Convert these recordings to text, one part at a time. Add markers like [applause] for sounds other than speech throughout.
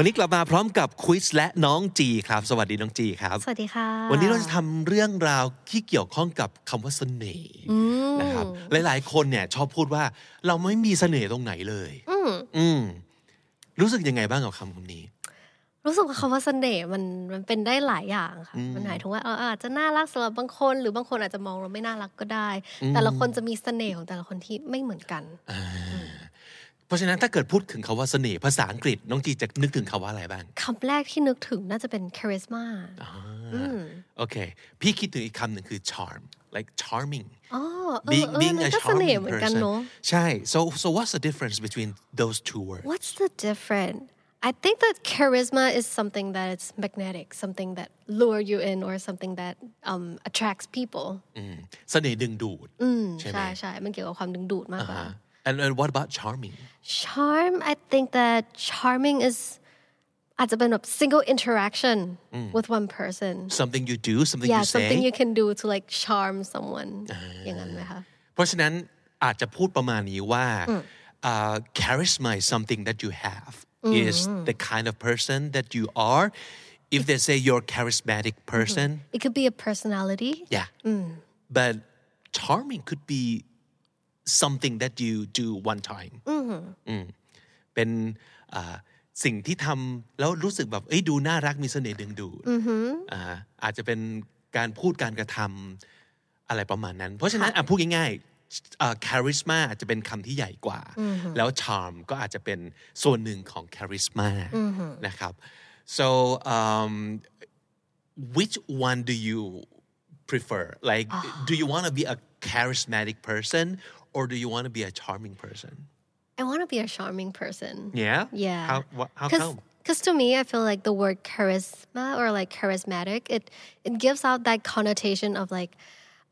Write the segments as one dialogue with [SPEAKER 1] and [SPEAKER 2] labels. [SPEAKER 1] วันนี้กลับมาพร้อมกับควิสและน้องจีครับ สวัสดีน้องจีครับ
[SPEAKER 2] สวัสดีค่ะ
[SPEAKER 1] วันนี้เราจะทำเรื่องราวที่เกี่ยวข้องกับคำว่าเสน่ห์นะครับ หลายๆ คนเนี่ยชอบพูดว่าเราไม่มีเสน่ห์ตรงไหนเลย
[SPEAKER 2] อืม
[SPEAKER 1] อืม รู้สึกยังไงบ้างกับคำคำนี้
[SPEAKER 2] รู้สึกว่าคำว่าเสน่ห์มันมันเป็นได้หลายอย่างค่ะ
[SPEAKER 1] อืม
[SPEAKER 2] มันหมายถึงว่าเอออาจจะน่ารักสำหรับบางคน หรือบางคนอาจจะมองเราไม่น่ารักก็ได้
[SPEAKER 1] อืม
[SPEAKER 2] แต่ละคนจะมีเสน่ห์ของแต่ละคนที่ไม่เหมือนกัน
[SPEAKER 1] อ่าเพราะฉะนั้นถ้าเกิดพูดถึงคำว่าเสน่ห์ภาษาอังกฤษ น้องจีจะนึกถึงคำว่าอะไรบ้าง
[SPEAKER 2] คำแรกที่นึกถึงน่าจะเป็น charisma
[SPEAKER 1] อ่า
[SPEAKER 2] อืม
[SPEAKER 1] โอเค พี่คิดถึงอีกคำหนึ่งคือ charm like charming
[SPEAKER 2] อ๋อเออ
[SPEAKER 1] being
[SPEAKER 2] เออ
[SPEAKER 1] being
[SPEAKER 2] มั
[SPEAKER 1] a
[SPEAKER 2] นก็เสน่
[SPEAKER 1] charming
[SPEAKER 2] ห์เหมือนกัน
[SPEAKER 1] person
[SPEAKER 2] เนาะ
[SPEAKER 1] ใช่ so so what's the difference between those two words
[SPEAKER 2] What's the difference I think that charisma is something that is magnetic something that lure you in or something that um, attracts people
[SPEAKER 1] อืมเสน่ห์ดึงดูด
[SPEAKER 2] อืม
[SPEAKER 1] ใช่ไหม
[SPEAKER 2] ใช่ใช่มันเกี่ยวกับความดึงดูดมากกว่า
[SPEAKER 1] อ่า and and what about charming
[SPEAKER 2] charm I think that charming is อาจจะเป็นแบบ single interaction with one person
[SPEAKER 1] Mm. something you do something
[SPEAKER 2] yeah
[SPEAKER 1] you say Ah.
[SPEAKER 2] something you can do to like charm someone อย่างนั้นไหมคะ
[SPEAKER 1] เพราะฉะนั้นอาจจะพูดประมาณนี้ว่าอ่า charisma is something that you have is the kind of person that you are if they say you're charismatic person
[SPEAKER 2] it could be a personality
[SPEAKER 1] yeah but charming could be something that you do one time อืมเป็นอ่าสิ่งที่ทำแล้วรู้สึกแบบเอ้ยดูน่ารักมีเสน่ห์ดึงดูดอ่าอาจจะเป็นการพูดการกระทำอะไรประมาณนั้น เพราะฉะนั้นอ่ะพูดง่ายๆคาริสมาอาจจะเป็นคำที่ใหญ่กว่า แล้ว charm ก็อาจจะเป็นส่วนหนึ่งของ charisma นะครับ so um, which one do you prefer like do you want to be a charismatic person or do you want to be a charming person
[SPEAKER 2] I want to be a charming person
[SPEAKER 1] Yeah.
[SPEAKER 2] Yeah.
[SPEAKER 1] How wha- how
[SPEAKER 2] Cause,
[SPEAKER 1] come?
[SPEAKER 2] Because to me, I feel like the word charisma or like charismatic, it it gives out that connotation of like,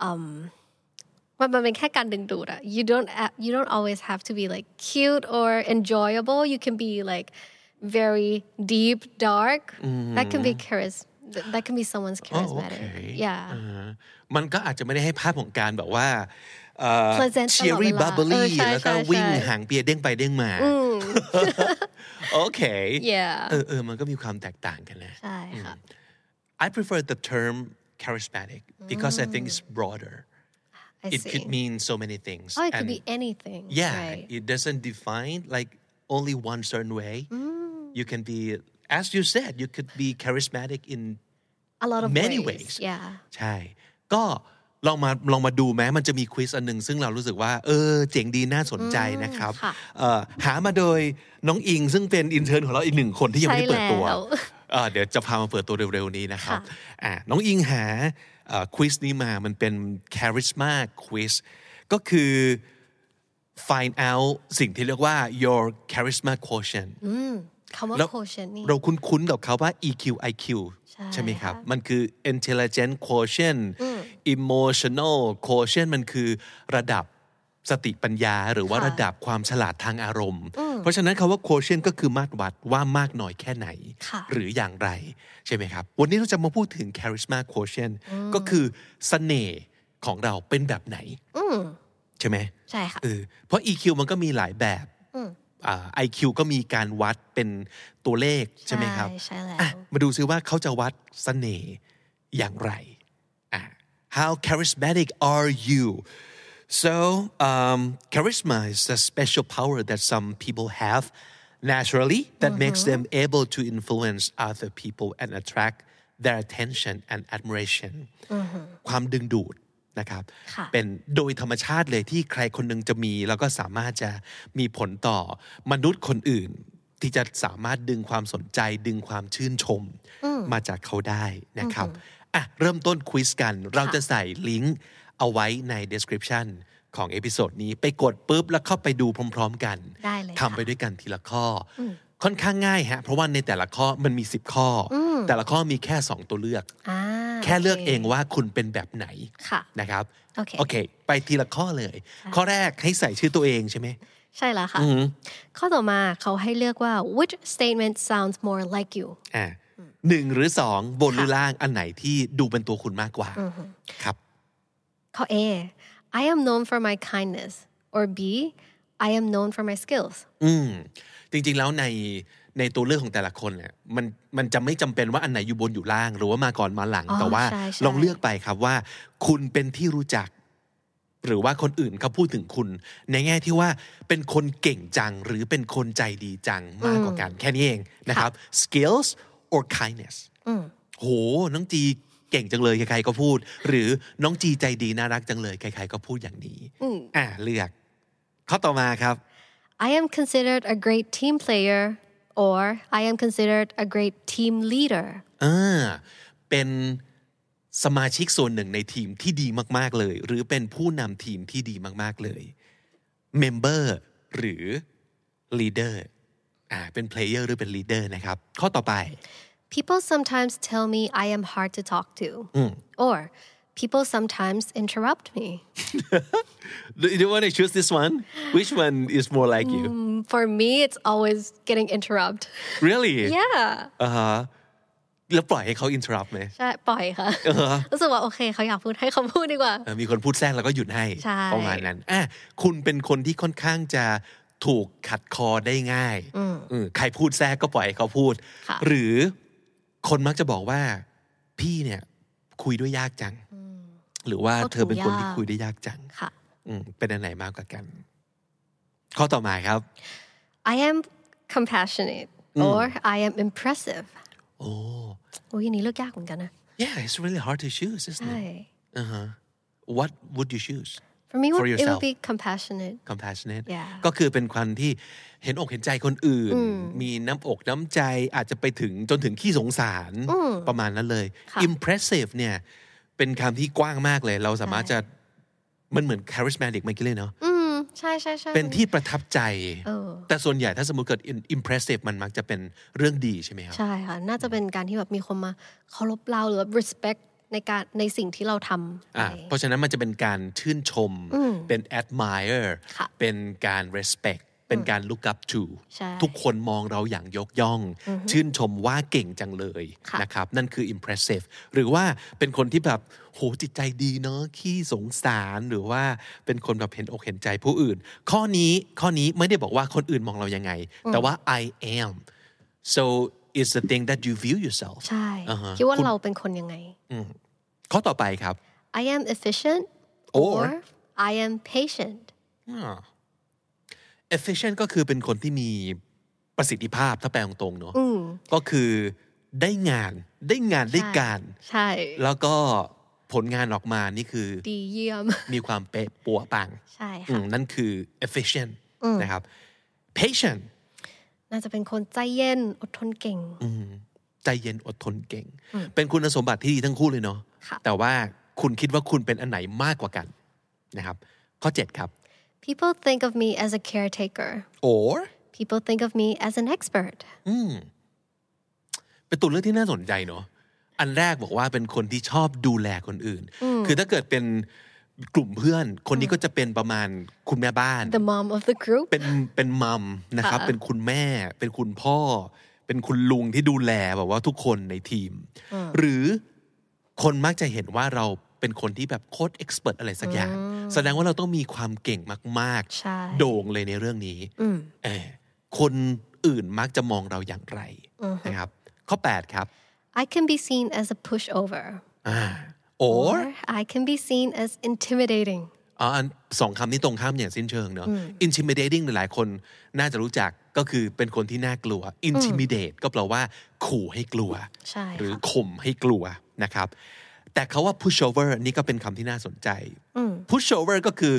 [SPEAKER 2] um, มันเป็นแค่การดึงดูดอะ You don't a- you don't always have to be like cute or enjoyable. You can be like very deep, dark. That can be charis. th- That can be someone's charismatic.
[SPEAKER 1] Mm-hmm. Oh, okay. Uh,
[SPEAKER 2] Yeah.
[SPEAKER 1] อ่า Uh-huh. มันก็อาจจะไม่ได้ให้ภาพของการแบบว่า
[SPEAKER 2] Pleasant ตลอดเว
[SPEAKER 1] cheery
[SPEAKER 2] ลา
[SPEAKER 1] bubbly
[SPEAKER 2] เออใช่
[SPEAKER 1] แล้วก็
[SPEAKER 2] ใช่
[SPEAKER 1] วิ่ง
[SPEAKER 2] ใช่
[SPEAKER 1] หางเปียเด้งไปเด้งมา [laughs] โอเค
[SPEAKER 2] [laughs] Yeah.
[SPEAKER 1] เออเออมันก็มีความแตกต่างกันนะ
[SPEAKER 2] ใช่ค่ะ
[SPEAKER 1] I prefer the term charismatic because I think it's broader
[SPEAKER 2] Mm. I
[SPEAKER 1] it
[SPEAKER 2] see.
[SPEAKER 1] could mean so many things
[SPEAKER 2] Oh, it could
[SPEAKER 1] And
[SPEAKER 2] be anything.
[SPEAKER 1] yeah
[SPEAKER 2] Right.
[SPEAKER 1] it doesn't define like only one certain way you can be as you said you could be charismatic in
[SPEAKER 2] A lot of
[SPEAKER 1] many
[SPEAKER 2] ways.
[SPEAKER 1] ways.
[SPEAKER 2] Yeah.
[SPEAKER 1] ใช่ ก็ลองมาลองมาดูไหมมันจะมีควิสอันหนึ่งซึ่งเรารู้สึกว่า เออ เจ๋งดีน่าสนใจนะครับ
[SPEAKER 2] ค่ะ
[SPEAKER 1] เอ่อหามาโดยน้องอิงซึ่งเป็นอินเทอร์ของเราอีกหนึ่งคนที่ยังไม่ได้เปิดตัว
[SPEAKER 2] ใช่แล้ว
[SPEAKER 1] เอ่อเดี๋ยวจะพามาเปิดตัวเร็วๆนี้นะครับ
[SPEAKER 2] ค่ะ
[SPEAKER 1] อ่ะน้องอิงหาเอ่อควิสนี้มามันเป็น charisma quiz ก็คือ find out สิ่งที่เรียกว่า your charisma quotient
[SPEAKER 2] คำว่า
[SPEAKER 1] แล้ว
[SPEAKER 2] quotient นี่
[SPEAKER 1] เราคุ้นๆกับเขาว่า EQ IQ
[SPEAKER 2] ใช่
[SPEAKER 1] ไหมครับ
[SPEAKER 2] ค่ะ
[SPEAKER 1] มันคือ intelligent quotient emotional quotient มันคือระดับสติปัญญาหรือว่า
[SPEAKER 2] ค่ะ
[SPEAKER 1] ระดับความฉลาดทางอารมณ์ เพราะฉะนั้นคาว่า quotient ก็คือมาตรวัดว่ามากน้อยแค่ไหน
[SPEAKER 2] ค่ะ
[SPEAKER 1] หรืออย่างไร ใช่ไหมครับ วันนี้เราจะมาพูดถึง charisma quotient ก็คือเสน่ห์ของเราเป็นแบบไหนใช่ไหม
[SPEAKER 2] ใช่ค่ะ
[SPEAKER 1] เออเพราะ EQ มันก็มีหลายแบบอ่า IQ ก็มีการวัดเป็นตัวเลขใช่ไหมครับ
[SPEAKER 2] ใช่แล้ว
[SPEAKER 1] อ่ะมาดูซิว่าเขาจะวัดเสน่ห์อย่างไรอ่ะ How charismatic are you so um, charisma is a special power that some people have naturally that makes them able to influence other people and attract their attention and admiration ความดึงดูดนะครับ
[SPEAKER 2] ค่ะ
[SPEAKER 1] เป็นโดยธรรมชาติเลยที่ใครคนหนึงจะมี แล้วก็สามารถจะมีผลต่อมนุษย์คนอื่น ที่จะสามารถดึงความสนใจ ดึงความชื่นชม มาจากเขาได้นะครับอ่ะเริ่มต้นควิสกัน เราจะใส่ลิงก์เอาไว้ใน description ของเอพิโซดนี้ไปกดปุ๊บ แล้วเข้าไปดูพร้อม ๆ กัน
[SPEAKER 2] ได้เลยค่ะ
[SPEAKER 1] ทำไปด้วยกันทีละข้ออค่อนข้างง่ายฮะเพราะว่าในแต่ละข้อมันมี 10 ข้อ แต่ละข้อมีแค่ 2 ตัวเลือก
[SPEAKER 2] อ่า
[SPEAKER 1] แ แค่เลือกเองว่าคุณเป็นแบบไหน
[SPEAKER 2] ค่ะ
[SPEAKER 1] นะครับ
[SPEAKER 2] โอเค
[SPEAKER 1] โอเค ไปทีละข้อเลย ข้อแรกให้ใส่ชื่อตัวเองใช่ไหม
[SPEAKER 2] ใช่แล้วค่ะ ข้อต่อมาเขาให้เลือกว่า which statement sounds more like you
[SPEAKER 1] อ่าหนึ่งหรือสองบนหรือล่างอันไหนที่ดูเป็นตัวคุณมากกว่าครับ
[SPEAKER 2] ข้อ A I am known for my kindness or B I am known for my skills
[SPEAKER 1] อืมจริงๆแล้วในในตัวเลือกของแต่ละคนเนี่ยมันมันจะไม่จำเป็นว่าอันไหนอยู่บนอยู่ล่าง หรือว่ามาก่อนมาหลัง
[SPEAKER 2] อ๋อ
[SPEAKER 1] แต่ว่า
[SPEAKER 2] ใช่ใช่
[SPEAKER 1] ลองเลือกไปครับว่า คุณเป็นที่รู้จัก หรือว่าคนอื่นเขาพูดถึงคุณ ในแง่ที่ว่าเป็นคนเก่งจังหรือเป็นคนใจดีจังมากกว่ากันแค่นี้เองนะครับ skills or kindness โห น้องจีเก่งจังเลยใครๆก็พูด หรือน้องจีใจดีน่ารักจังเลยใครๆก็พูดอย่างนี้อ่าเลือกข้อต่อมาครับ
[SPEAKER 2] I am considered a great team player or I am considered a great team leader
[SPEAKER 1] อ่าเป็นสมาชิกส่วนหนึ่งในทีมที่ดีมาก ๆ เลย หรือเป็นผู้นำทีมที่ดีมาก ๆ เลย Member หรือ Leader อ่าเป็น Player หรือเป็น Leader นะครับ ข้อต่อไป
[SPEAKER 2] People sometimes tell me I am hard to talk to or people sometimes interrupt me
[SPEAKER 1] Do you want to choose this one Which one is more like you
[SPEAKER 2] For me it's always getting interrupted
[SPEAKER 1] Really
[SPEAKER 2] Yeah
[SPEAKER 1] อ่าฮะแล้วปล่อยให้เขา interrupt ไหม
[SPEAKER 2] ใช่ปล่อยค่ะรู้สึกว่าโอเคเขาอยากพูดให้เขาพูดดีกว่า
[SPEAKER 1] เออมีคนพูดแทรกแล้วก็หยุดให้
[SPEAKER 2] ใช่
[SPEAKER 1] ประมาณนั้นอ่ะคุณเป็นคนที่ค่อนข้างจะถูกขัดคอได้ง่ายเออใครพูดแทรกก็ปล่อยให้เขาพูด หรือคนมักจะบอกว่า พี่เนี่ย คุยด้วยยากจัง หรือว่าเธอเป็นคนที่คุยได้ยากจัง
[SPEAKER 2] ค่ะ
[SPEAKER 1] อืมเป็นอันไหนมากกว่ากัน ข้อต่อมาครับ
[SPEAKER 2] I am compassionate or I am impressive
[SPEAKER 1] โอ้
[SPEAKER 2] โอ้ยอันนี้เลือกยากเหมือนกันนะ
[SPEAKER 1] yeah it's really hard to choose isn't
[SPEAKER 2] ใช่
[SPEAKER 1] it uh huh what would you choose
[SPEAKER 2] For me it would-
[SPEAKER 1] For
[SPEAKER 2] it would
[SPEAKER 1] yourself.
[SPEAKER 2] be compassionate
[SPEAKER 1] compassionate
[SPEAKER 2] Yeah.
[SPEAKER 1] ก็คือเป็นความที่เห็นอกเห็นใจคนอื่น มีน้ำอกน้ำใจอาจจะไปถึงจนถึงขี้สงสารประมาณนั้นเลย
[SPEAKER 2] ค่ะ
[SPEAKER 1] impressive เนี่ย เป็นคำที่กว้างมากเลย เราสามารถจะมันเหมือน charismatic เมื่อกี้เลยเนาะ
[SPEAKER 2] อืมใช่ใช่ใช่
[SPEAKER 1] เป็นที่ประทับใจ
[SPEAKER 2] เออ
[SPEAKER 1] แต่ส่วนใหญ่ถ้าสมมติเกิด in- impressive มันมักจะเป็นเรื่องดีใช่ไหมครับ
[SPEAKER 2] ใช่ค่ะ น่าจะเป็นการที่แบบมีคนมาเคารพเราหรือแบบ respect ในการในสิ่งที่เราทำ
[SPEAKER 1] อ่ะ
[SPEAKER 2] อะไร
[SPEAKER 1] เพราะฉะนั้นมันจะเป็นการชื่นชม เป็น admire
[SPEAKER 2] ค่ะ
[SPEAKER 1] เป็นการ respect เป็นการ look up to
[SPEAKER 2] ใช่
[SPEAKER 1] ทุกคนมองเราอย่างยกย่อง ชื่นชมว่าเก่งจังเลย
[SPEAKER 2] ค่ะ
[SPEAKER 1] นะครับ นั่นคือ impressive หรือว่าเป็นคนที่แบบโหจิตใจดีเนาะขี้สงสารหรือว่าเป็นคนแบบเห็นอกเห็นใจผู้อื่น ข้อนี้ข้อนี้ไม่ได้บอกว่าคนอื่นมองเรายังไง แต่ว่า I am so it's the thing that you view yourself
[SPEAKER 2] ใช่
[SPEAKER 1] อ่าฮะ
[SPEAKER 2] คิดว่า
[SPEAKER 1] คุณ
[SPEAKER 2] เราเป็นคนยังไง
[SPEAKER 1] ข้อต่อไปครับ
[SPEAKER 2] I am efficient
[SPEAKER 1] Or
[SPEAKER 2] or I am patient
[SPEAKER 1] อ่า efficient ก็คือเป็นคนที่มีประสิทธิภาพถ้าแปลตรงๆเนอะก็คือได้งานได้งานได้การ
[SPEAKER 2] ใช่
[SPEAKER 1] แล้วก็ผลงานออกมานี่คือ
[SPEAKER 2] ดีเยี่ยม
[SPEAKER 1] มีความเป๊ะปัวปัง
[SPEAKER 2] ใช่
[SPEAKER 1] อื
[SPEAKER 2] ค่ะ
[SPEAKER 1] มนั่นคือ efficient นะครับ patient
[SPEAKER 2] น่าจะเป็นคนใจเย็นอดทนเก่ง
[SPEAKER 1] ใจเย็นอดทนเก่ง เป็นคุณสมบัติที่ดีทั้งคู่เลยเนาะ
[SPEAKER 2] ค่ะ
[SPEAKER 1] แต่ว่าคุณคิดว่าคุณเป็นอันไหนมากกว่ากันนะครับ ข้อ 7 ครับ
[SPEAKER 2] People think of me as a caretaker
[SPEAKER 1] or
[SPEAKER 2] People think of me as an expert
[SPEAKER 1] เป็นตัวเลือกที่น่าสนใจเนอะอันแรกบอกว่าเป็นคนที่ชอบดูแลคนอื่น คือถ้าเกิดเป็นกลุ่มเพื่อน คนนี้ก็จะเป็นประมาณคุณแม่บ้าน
[SPEAKER 2] the mom of the group
[SPEAKER 1] เป็นเป็นมัมนะครับ เป็นคุณแม่ เป็นคุณพ่อ เป็นคุณลุงที่ดูแลแบบว่าทุกคนในทีม หรือคนมักจะเห็นว่าเราเป็นคนที่แบบโค้ดเอ็กซ์เพรสอะไรสักอย่าง แสดงว่าเราต้องมีความเก่งมาก
[SPEAKER 2] ใช่
[SPEAKER 1] ๆ โด่งเลยในเรื่องนี้เออคนอื่นมักจะมองเราอย่างไรนะครับ ข้อ 8 ครับ
[SPEAKER 2] I can be seen as a pushover
[SPEAKER 1] อ่า or
[SPEAKER 2] or I can be seen as intimidating
[SPEAKER 1] อ๋ออันสองคำนี้ตรงข้ามอย่างสิ้นเชิงเนอะ intimidating หลายๆคนน่าจะรู้จักก็คือเป็นคนที่น่ากลัว intimidate ก็แปลว่า ขู่ให้กลัว
[SPEAKER 2] ใช่
[SPEAKER 1] หรือ
[SPEAKER 2] ค่ะ
[SPEAKER 1] ข่มให้กลัวนะครับ แต่เขาว่า pushover นี่ก็เป็นคำที่น่าสนใจ pushover ก็คือ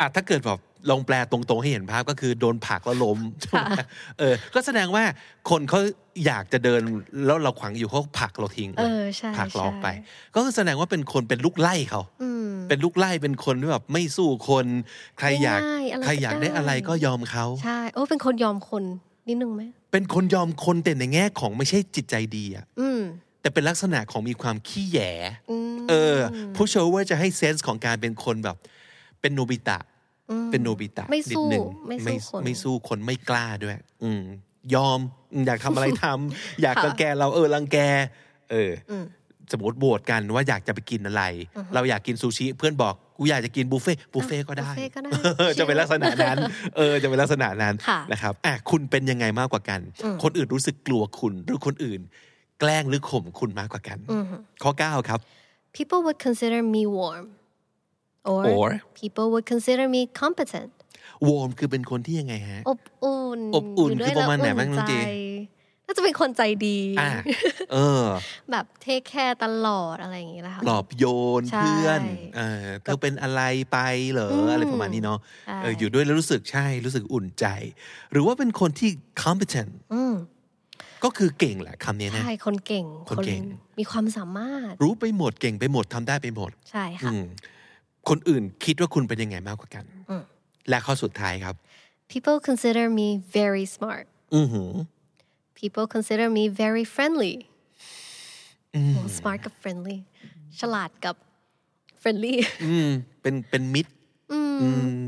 [SPEAKER 1] อ่ะถ้าเกิดแบบลองแปลตรงๆให้เห็นภาพก็คือโดนผลักแล้วล้มเออ ก็แสดงว่าคนเขาอยากจะเดินแล้วเราขวางอยู่เขาผลักเราทิ้ง
[SPEAKER 2] เออใช่
[SPEAKER 1] ผลักเราออกไป
[SPEAKER 2] ใช่
[SPEAKER 1] ก็คือแสดงว่าเป็นคนเป็นลูกไล่เขา เป็นลูกไล่เป็นคนที่แบบไม่สู้คนใครอยาก
[SPEAKER 2] ง่ายๆอะไร
[SPEAKER 1] ใครอยากได้
[SPEAKER 2] ก็ได้
[SPEAKER 1] อะไรก็ยอมเขา
[SPEAKER 2] ใช่ โอ้ เป็นคนยอมคนนิดนึงไหม
[SPEAKER 1] เป็นคนยอมคนแต่ในแง่ของไม่ใช่จิตใจดีอะ แต่เป็นลักษณะของมีความขี้แหยเออ ผู้โชว์ว่าจะให้เซนส์ของการเป็นคนแบบ เป็นโนบิตะ เป็นโนบิตะ
[SPEAKER 2] ไม่
[SPEAKER 1] นิ
[SPEAKER 2] สู้
[SPEAKER 1] ดหนึ่ง
[SPEAKER 2] ไม่สู้คน
[SPEAKER 1] ไม่สู้คนไม่กล้าด้วย อืม ยอมอืมอยากทำอะไรทำ
[SPEAKER 2] [laughs]
[SPEAKER 1] อยากรังแกเราเออรังแก เอออสมมติโหวตกันว่าอยากจะไปกินอะไร เราอยากกินซูชิเพื่อนบอกกูอยากจะกินบุฟเฟ่ต์บุฟเฟ่ต์ก็ได้
[SPEAKER 2] บุฟเฟ่ต์ก็ได้
[SPEAKER 1] จะเป็นลักษณะนั้น เออ จะเป็นลักษณะนั้น
[SPEAKER 2] ค่ะ
[SPEAKER 1] นะครับอ่ะคุณเป็นยังไงมากกว่ากัน คนอื่นรู้สึกกลัวคุณหรือคนอื่น แกล้งหรือข่มคุณมากกว่ากัน ข้อ 9 ครับ
[SPEAKER 2] people would consider me warm or,
[SPEAKER 1] Or?
[SPEAKER 2] people would consider me competent
[SPEAKER 1] โวมคือเป็นคนที่ยังไงฮะ
[SPEAKER 2] อบอุ่น
[SPEAKER 1] อบอุ่น
[SPEAKER 2] ยู่ด้ว
[SPEAKER 1] คื
[SPEAKER 2] ย
[SPEAKER 1] อประมาณไหน
[SPEAKER 2] แล้ว
[SPEAKER 1] บ้างน้องจี
[SPEAKER 2] ใจน่าจะเป็นคนใจดี
[SPEAKER 1] อ่ะเออ
[SPEAKER 2] แบบเทคแคร์ตลอดอะไรอย่างนี้นะคะ
[SPEAKER 1] ปลอบโยน
[SPEAKER 2] ใช่
[SPEAKER 1] เพื่อนเออเธอเป็นอะไรไปเหรอออะไรประมาณนี้เนาะเอออยู่ด้วยแล้วรู้สึกใช่รู้สึกอุ่นใจ หรือว่าเป็นคนที่ competent ก็คือเก่งแหละคำนี้นะ
[SPEAKER 2] ใช่คนเก่ง
[SPEAKER 1] คนเก่ง
[SPEAKER 2] มีความสามารถ
[SPEAKER 1] รู้ไปหมดเก่งไปหมดทำได้ไปหมด
[SPEAKER 2] ใช่ค่ะ
[SPEAKER 1] อืมคนอื่นคิดว่าคุณเป็นยังไงมากกว่ากัน และข้อสุดท้ายครับ
[SPEAKER 2] people consider me very smart
[SPEAKER 1] อือหือ
[SPEAKER 2] people consider me very friendly โอ้ smart กับ friendly ฉลาดกับ friendly
[SPEAKER 1] อืมเป็นเป็นมิตรอืม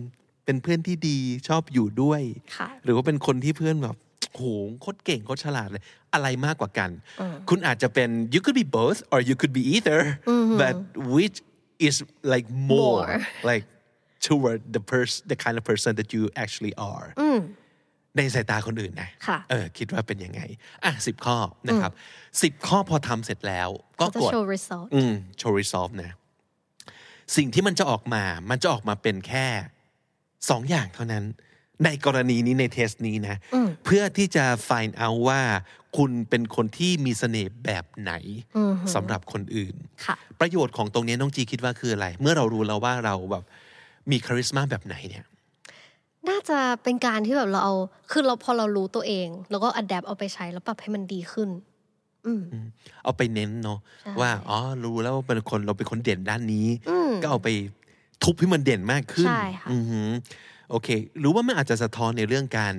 [SPEAKER 1] เป็นเพื่อนที่ดีชอบอยู่ด้วย
[SPEAKER 2] ค่ะ
[SPEAKER 1] หรือว่าเป็นคนที่เพื่อนแบบโหโคตรเก่งโคตรฉลาดเลย อะไรมากกว่ากัน คุณอาจจะเป็น you could be both or you could be either but which is like more,
[SPEAKER 2] More.
[SPEAKER 1] [laughs] like toward the person the kind of person that you actually are ในสายตาคนอื่นนะ
[SPEAKER 2] ค่ะ
[SPEAKER 1] เออคิดว่าเป็นยังไง อ่ะสิบข้อนะครับสิบข้อพอทำเสร็จแล้ว ก็
[SPEAKER 2] จะ
[SPEAKER 1] กด
[SPEAKER 2] show result
[SPEAKER 1] อืมโชว์รีซอฟนะ สิ่งที่มันจะออกมา มันจะออกมาเป็นแค่สองอย่างเท่านั้น ในกรณีนี้ในเทสนี้นะ เพื่อที่จะ find out ว่า คุณเป็นคนที่มีเสน่ห์แบบไหนสำหรับคนอื่น
[SPEAKER 2] ค่ะ
[SPEAKER 1] ประโยชน์ของตรงนี้น้องจีคิดว่าคืออะไร เมื่อเรารู้แล้วว่าเราแบบมีคาริสมาแบบไหนเนี่ย
[SPEAKER 2] น่าจะเป็นการที่แบบเราเอา คือเราพอเรารู้ตัวเอง แล้วก็ adapt เอาไปใช้แล้วปรับให้มันดีขึ้น
[SPEAKER 1] เอาไปเน้นเนาะว่าอ๋อรู้แล้วว่าเป็นคนเราเป็นคนเด่นด้านนี้ ก็เอาไปทุบให้มันเด่นมากขึ้น
[SPEAKER 2] ใช่ค่ะ
[SPEAKER 1] อือหือโอเค หรือว่ามันอาจจะสะท้อนในเรื่องการ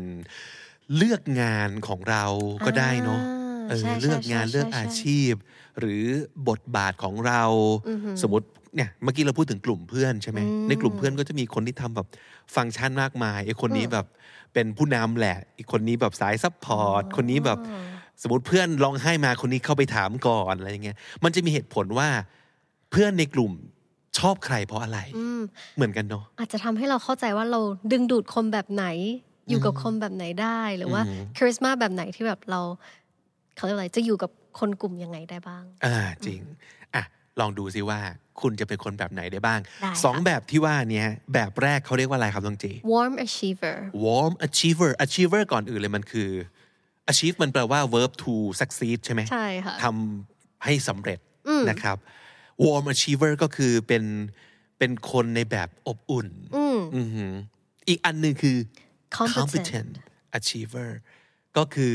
[SPEAKER 1] เลือกงานของเราก็ได้เนาะ
[SPEAKER 2] อ่า
[SPEAKER 1] เออ
[SPEAKER 2] ใช่ใช่
[SPEAKER 1] เลือกงาน
[SPEAKER 2] ใช่
[SPEAKER 1] เลือก
[SPEAKER 2] ใช่
[SPEAKER 1] อา
[SPEAKER 2] ใช่
[SPEAKER 1] ชีพ หรือบทบาทของเรา สมมติเนี่ยเมื่อกี้เราพูดถึงกลุ่มเพื่อนใช่ไหมในกลุ่มเพื่อนก็จะมีคนที่ทำแบบฟังก์ชันมากมายไอ้คนนี้แบบเป็นผู้นำแหละ อีกคนนี้แบบสายซัพพอร์ตคนนี้แบบ สมมติเพื่อนร้องไห้มาคนนี้เข้าไปถามก่อนอะไรอย่างเงี้ยมันจะมีเหตุผลว่าเพื่อนในกลุ่มชอบใครเพราะอะไร เหมือนกันเนาะ
[SPEAKER 2] อาจจะทำให้เราเข้าใจว่าเราดึงดูดคนแบบไหน อยู่กับคนแบบไหนได้ หรือว่าคาริสมาแบบไหนที่แบบเราเขาเรียกอะไรจะอยู่กับคนกลุ่มยังไงได้บ้าง
[SPEAKER 1] อ่าจริง อ่ะ ลองดูซิว่าคุณจะเป็นคนแบบไหนได้บ้าง
[SPEAKER 2] ได้ค่ะ
[SPEAKER 1] สองแบบที่ว่าเนี้ยแบบแรกเขาเรียกว่าอะไรครับน้องจี
[SPEAKER 2] warm achiever
[SPEAKER 1] warm achiever achiever ก่อนอื่นเลยมันคือ achieve มันแปลว่า verb to succeed ใช่ไหม
[SPEAKER 2] ใช่ค่ะ
[SPEAKER 1] ทำให้สำเร็จนะครับ warm achiever ก็คือเป็นเป็นคนในแบบอบอุ่นอือหืออีกอันหนึ่งคือ
[SPEAKER 2] Competent
[SPEAKER 1] competent achiever ก็คือ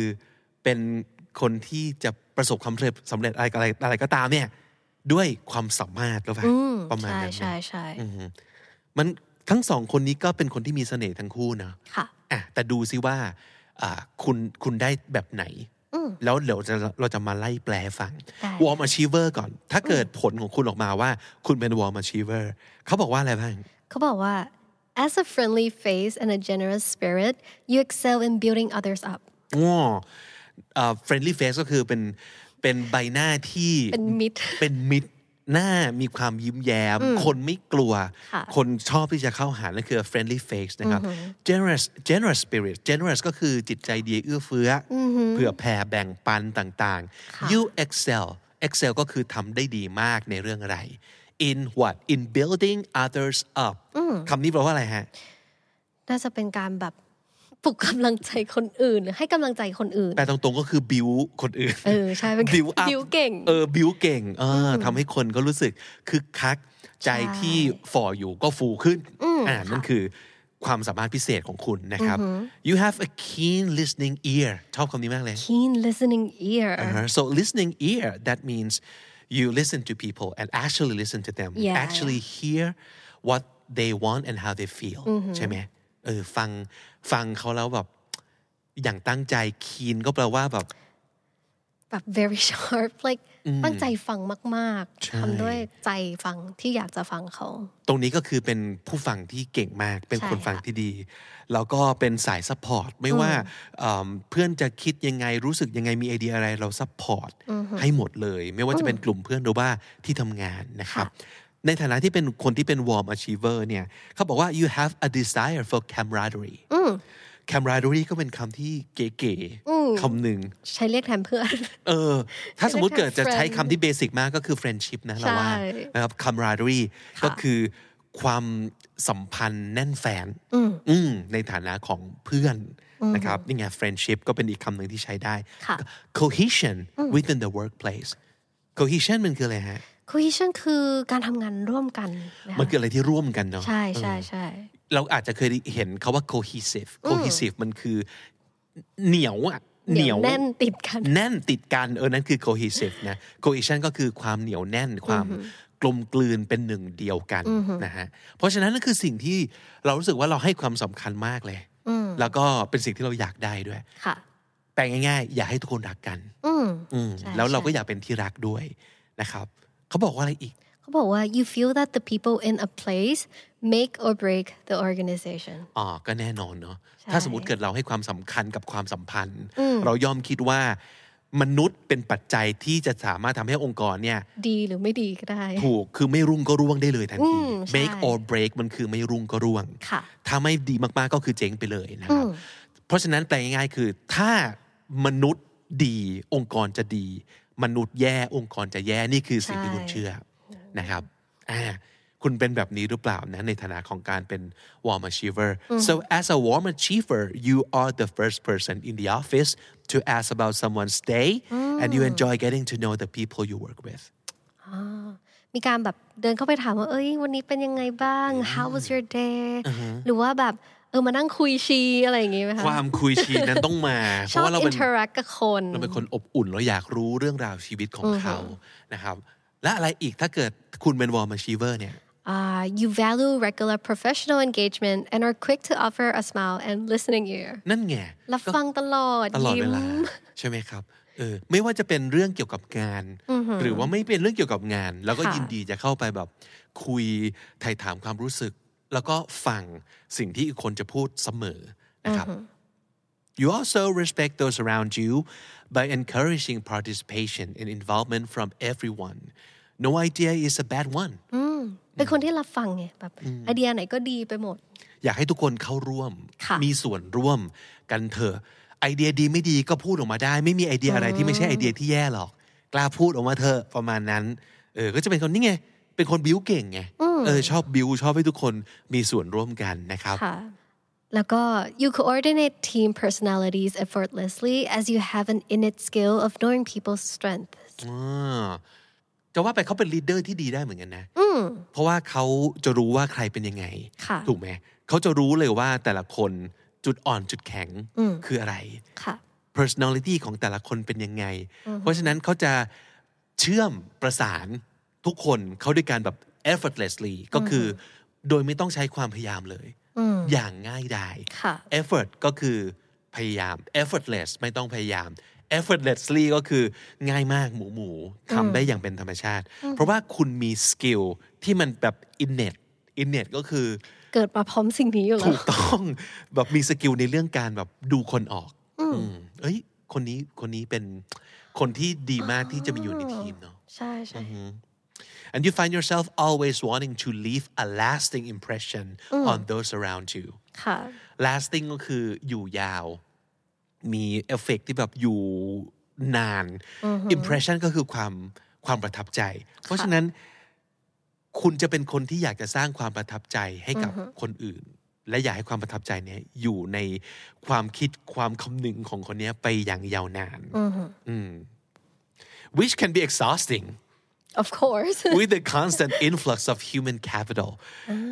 [SPEAKER 1] เป็นคนที่จะประสบความสำเร็จสำเร็จอะไรอะไรอะไรก็ตามเนี่ย ด้วยความสามารถหรือเปล่าประมาณ
[SPEAKER 2] ใช่
[SPEAKER 1] นั้นนะ
[SPEAKER 2] ใช่ใช่
[SPEAKER 1] มันทั้งสองคนนี้ก็เป็นคนที่มีเสน่ห์ทั้งคู่เนอะ
[SPEAKER 2] ค่ะ
[SPEAKER 1] อ่ะแต่ดูซิว่าอ่าคุณคุณได้แบบไหน แล้วเดี๋ยวจะเราจะมาไล่แปลให้ฟัง
[SPEAKER 2] ได้
[SPEAKER 1] warm achiever ก่อน ถ้าเกิดผลของคุณออกมาว่า คุณเป็น warm achiever เขาบอกว่าอะไรบ้าง
[SPEAKER 2] เขาบอกว่า as a friendly face and a generous spirit you excel in building others up
[SPEAKER 1] ง้อเอ่อ friendly face ก็คือเป็นเป็นใบหน้าที่
[SPEAKER 2] เป็นมิตร
[SPEAKER 1] เป็นมิตรหน้ามีความยิ้มแย้ม คนไม่กลัว
[SPEAKER 2] ค่ะ
[SPEAKER 1] คนชอบที่จะเข้าหานั่นคือ friendly face นะครับ generous generous spirit generous ก็คือจิตใจดีเอื้อเฟื้ออเผื่อแผ่แบ่งปันต่าง
[SPEAKER 2] ค่ะ
[SPEAKER 1] ๆ you excel excel ก็คือทำได้ดีมากในเรื่องอะไร in what in building others up คำนี้แปลว่าอะไรฮะ
[SPEAKER 2] น่าจะเป็นการแบบปลุกกำลังใจคนอื่นหรือให้กำลังใจคนอื่น
[SPEAKER 1] แปลตรงๆก็คือบิวคนอื่น
[SPEAKER 2] เออใช่
[SPEAKER 1] [laughs]
[SPEAKER 2] เป็น
[SPEAKER 1] บิวอัพ
[SPEAKER 2] บิวเก่ง
[SPEAKER 1] เออบิวเก่งเอออทำให้คนก็รู้สึกคึกคักใจ
[SPEAKER 2] ใช่
[SPEAKER 1] ที่ฝ่ออยู่ก็ฟูขึ้นอ่านั่นคือความสามารถพิเศษของคุณนะครับ you have a keen listening ear ชอบคำนี้มากเลย
[SPEAKER 2] keen listening ear
[SPEAKER 1] Uh-huh. So listening ear that means you listen to people and actually listen to them
[SPEAKER 2] Yeah,
[SPEAKER 1] actually hear what they want and how they feel ใช่ไหมเออฟังฟังเขาแล้วแบบอย่างตั้งใจคีนก็แปลว่าแบบ
[SPEAKER 2] แบบ very sharp like ตั้งใจฟังมาก
[SPEAKER 1] ใช่
[SPEAKER 2] ๆทำด้วยใจฟังที่อยากจะฟังเขา
[SPEAKER 1] ตรงนี้ก็คือเป็นผู้ฟังที่เก่งมาก เป็น
[SPEAKER 2] ใช่
[SPEAKER 1] คนฟัง
[SPEAKER 2] ค่ะ
[SPEAKER 1] ที่ดี แล้วก็เป็นสายซัพพอร์ต ไม่ว่าเอิ่มเพื่อนจะคิดยังไง รู้สึกยังไง มีไอเดียอะไร เราซัพพอร์ตให้หมดเลย ไม่ว่าจะเป็นกลุ่มเพื่อนหรือว่าที่ทำงานนะครับ ในฐานะที่เป็นคนที่เป็น warm achiever เนี่ย เขาบอกว่า you have a desire for camaraderie camaraderie ก็เป็นคำที่เก๋
[SPEAKER 2] อืม
[SPEAKER 1] ๆคำหนึ่ง
[SPEAKER 2] ใช้เรียกแทนเพื่อน [laughs]
[SPEAKER 1] เออ ถ้าสมมติ
[SPEAKER 2] ใช้
[SPEAKER 1] เกิด
[SPEAKER 2] คำ
[SPEAKER 1] จะใช้
[SPEAKER 2] friend
[SPEAKER 1] คำที่เบสิกมากก็คือ friendship นะเราว่า
[SPEAKER 2] ใช่
[SPEAKER 1] นะครับ camaraderie
[SPEAKER 2] ค่ะ
[SPEAKER 1] ก็คือความสัมพันธ์แน่นแฟนอืมในฐานะของเพื่อนนะครับ นี่ไง friendship ก็เป็นอีกคำหนึ่งที่ใช้ได้
[SPEAKER 2] ค่ะ
[SPEAKER 1] cohesion within the workplace cohesion มันคืออะไรฮะ
[SPEAKER 2] cohesion คือการทำงานร่วมกันะะ
[SPEAKER 1] มันคืออะไรที่ร่วมกันเนาะ
[SPEAKER 2] ใช่ใช่ใช่
[SPEAKER 1] เราอาจจะเคยเห็นคาว่า cohesive cohesive มันคือเหนียวอะเหนียว
[SPEAKER 2] เหนียวแน่นติดกัน [laughs]
[SPEAKER 1] แน่นติดกันเออนั่นคือ cohesive นะ cohesion ก็คือความเหนียวแน่นความกลมกลืนเป็นหนึ่งเดียวกันนะฮะเพราะฉะนั้นนั่นคือสิ่งที่เรารู้สึกว่าเราให้ความสำคัญมากเลย
[SPEAKER 2] อืม
[SPEAKER 1] แล้วก็เป็นสิ่งที่เราอยากได้ด้วย
[SPEAKER 2] ค่ะ
[SPEAKER 1] แปลง่ายๆ อยากให้ทุกคนรักกัน
[SPEAKER 2] อืม
[SPEAKER 1] อืม
[SPEAKER 2] ใช่
[SPEAKER 1] แล้วเรา
[SPEAKER 2] ใช่
[SPEAKER 1] ก็อยากเป็นที่รักด้วยนะครับเขาบอกว่าอะไรอีก
[SPEAKER 2] เขาบอกว่า you feel that the people in a place make or break the organization
[SPEAKER 1] อ่าก็แน่นอนเนาะ
[SPEAKER 2] ใช่
[SPEAKER 1] ถ้าสมมติเกิดเราให้ความสำคัญกับความสัมพันธ์ เรายอมคิดว่ามนุษย์เป็นปัจจัยที่จะสามารถทำให้องค์กรเนี่ย
[SPEAKER 2] ดีหรือไม่ดีก็ได้
[SPEAKER 1] ถูกคือไม่รุ่งก็ร่วงได้เลยทันที
[SPEAKER 2] อืมใช่
[SPEAKER 1] make or break มันคือไม่รุ่งก็ร่วง
[SPEAKER 2] ค่ะ
[SPEAKER 1] ถ้าไม่ดีมากๆก็คือเจ๊งไปเลยนะครับ เพราะฉะนั้นแปลง่ายๆคือ ถ้ามนุษย์ดีองค์กรจะดี มนุษย์แย่องค์กรจะแย่นี่คือสิ่งที่
[SPEAKER 2] ใช่
[SPEAKER 1] คุณเชื่อนะครับอ่าคุณเป็นแบบนี้หรือเปล่านะในฐานะของการเป็น warm achiever so as a warm achiever you are the first person in the office to ask about someone's day and you enjoy getting to know the people you work with
[SPEAKER 2] มีการแบบเดินเข้าไปถามว่า เอ้ย วันนี้เป็นยังไงบ้าง how was your day หรือว่าแบบ เออ มานั่งคุยชีอะไรอย่างงี้ไหมคะ
[SPEAKER 1] ความคุยชีนั้นต้องมา เพ
[SPEAKER 2] [laughs] ชอ
[SPEAKER 1] ราะ
[SPEAKER 2] บ
[SPEAKER 1] ว่าเราเป็น
[SPEAKER 2] interact กับคน
[SPEAKER 1] เราเป็นคนอบอุ่นเราอยากรู้เรื่องราวชีวิตของเขานะครับ และอะไรอีกถ้าเกิดคุณเป็นวอร์มชีเวอร์เนี่ย
[SPEAKER 2] uh, you value regular professional engagement and are quick to offer a smile and listening ear
[SPEAKER 1] นั่นไง
[SPEAKER 2] รับฟังตลอด
[SPEAKER 1] ตลอดเวลา
[SPEAKER 2] ยิ้ม
[SPEAKER 1] ใช่ไหมครับเออไม่ว่าจะเป็นเรื่องเกี่ยวกับงาน หรือว่าไม่เป็นเรื่องเกี่ยวกับงาน แล้วก็
[SPEAKER 2] ค่ะ
[SPEAKER 1] ยินดีจะเข้าไปแบบ คุยไถ่ถามความรู้สึก แล้วก็ฟังสิ่งที่อีกคนจะพูดเสมอนะครับ You also respect those around you by encouraging participation and involvement from everyone. No idea is a bad one.
[SPEAKER 2] เป็นคนที่รับฟังไงแบบไอเดียไหนก็ดีไปหมด
[SPEAKER 1] อยากให้ทุกคนเข้าร่วม
[SPEAKER 2] ค่ะ
[SPEAKER 1] มีส่วนร่วมกันเถอะ ไอเดียดีไม่ดีก็พูดออกมาได้ ไม่มีไอเดียอะไรที่ไม่ใช่ไอเดียที่แย่หรอก กล้าพูดออกมาเถอะประมาณนั้น เออ ก็จะเป็นคนนี่ไง เป็นคนบิวเก่งไง เออ ชอบบิวชอบให้ทุกคนมีส่วนร่วมกันนะครับ
[SPEAKER 2] ค่ะ Ah. แล้วก็ you coordinate team personalities effortlessly as you have an innate skill of knowing people's strengths
[SPEAKER 1] อาจะว่าไปเขาเป็นลีดเดอร์ที่ดีได้เหมือนกันนะเพราะว่าเขาจะรู้ว่าใครเป็นยังไง
[SPEAKER 2] ค่ะ
[SPEAKER 1] ถูกไหม เขาจะรู้เลยว่าแต่ละคนจุดอ่อนจุดแข็งคืออะไร
[SPEAKER 2] ค่ะ
[SPEAKER 1] personality ของแต่ละคนเป็นยังไง เพราะฉะนั้นเขาจะเชื่อมประสานทุกคนเขาด้วยการแบบ effortlessly ก็คือ โดยไม่ต้องใช้ความพยายามเลย อย่างง่ายดาย
[SPEAKER 2] ค่ะ
[SPEAKER 1] effort ก็คือพยายาม effortless ไม่ต้องพยายาม effortlessly ก็คือง่ายมากหมูหมูทำได้อย่างเป็นธรรมชาติ เพราะว่าคุณมีสกิลที่มันแบบ innate innate ก็คือ
[SPEAKER 2] เกิดมาพร้อมสิ่งนี้อยู่แล้
[SPEAKER 1] ถู
[SPEAKER 2] ว
[SPEAKER 1] กต้อง [laughs] แบบมีสกิลในเรื่องการแบบดูคนออกอืมเอ้ย คนนี้คนนี้เป็นคนที่ดีมากที่จะมาอยู่ในทีมเนาะ
[SPEAKER 2] ใช่ใช่
[SPEAKER 1] and you find yourself always wanting to leave a lasting impression on those around you
[SPEAKER 2] ค่ะ
[SPEAKER 1] lasting ก็คืออยู่ยาว มีเอฟเฟกต์ที่แบบอยู่นาน impression ก็คือความความประทับใจ เพราะฉะนั้น คุณจะเป็นคนที่อยากจะสร้างความประทับใจให้กับคนอื่น และอยากให้ความประทับใจเนี่ยอยู่ในความคิดความคำนึงของคนเนี้ยไปอย่างยาวนานอืม which can be exhausting
[SPEAKER 2] of course [laughs]
[SPEAKER 1] with the constant influx of human capital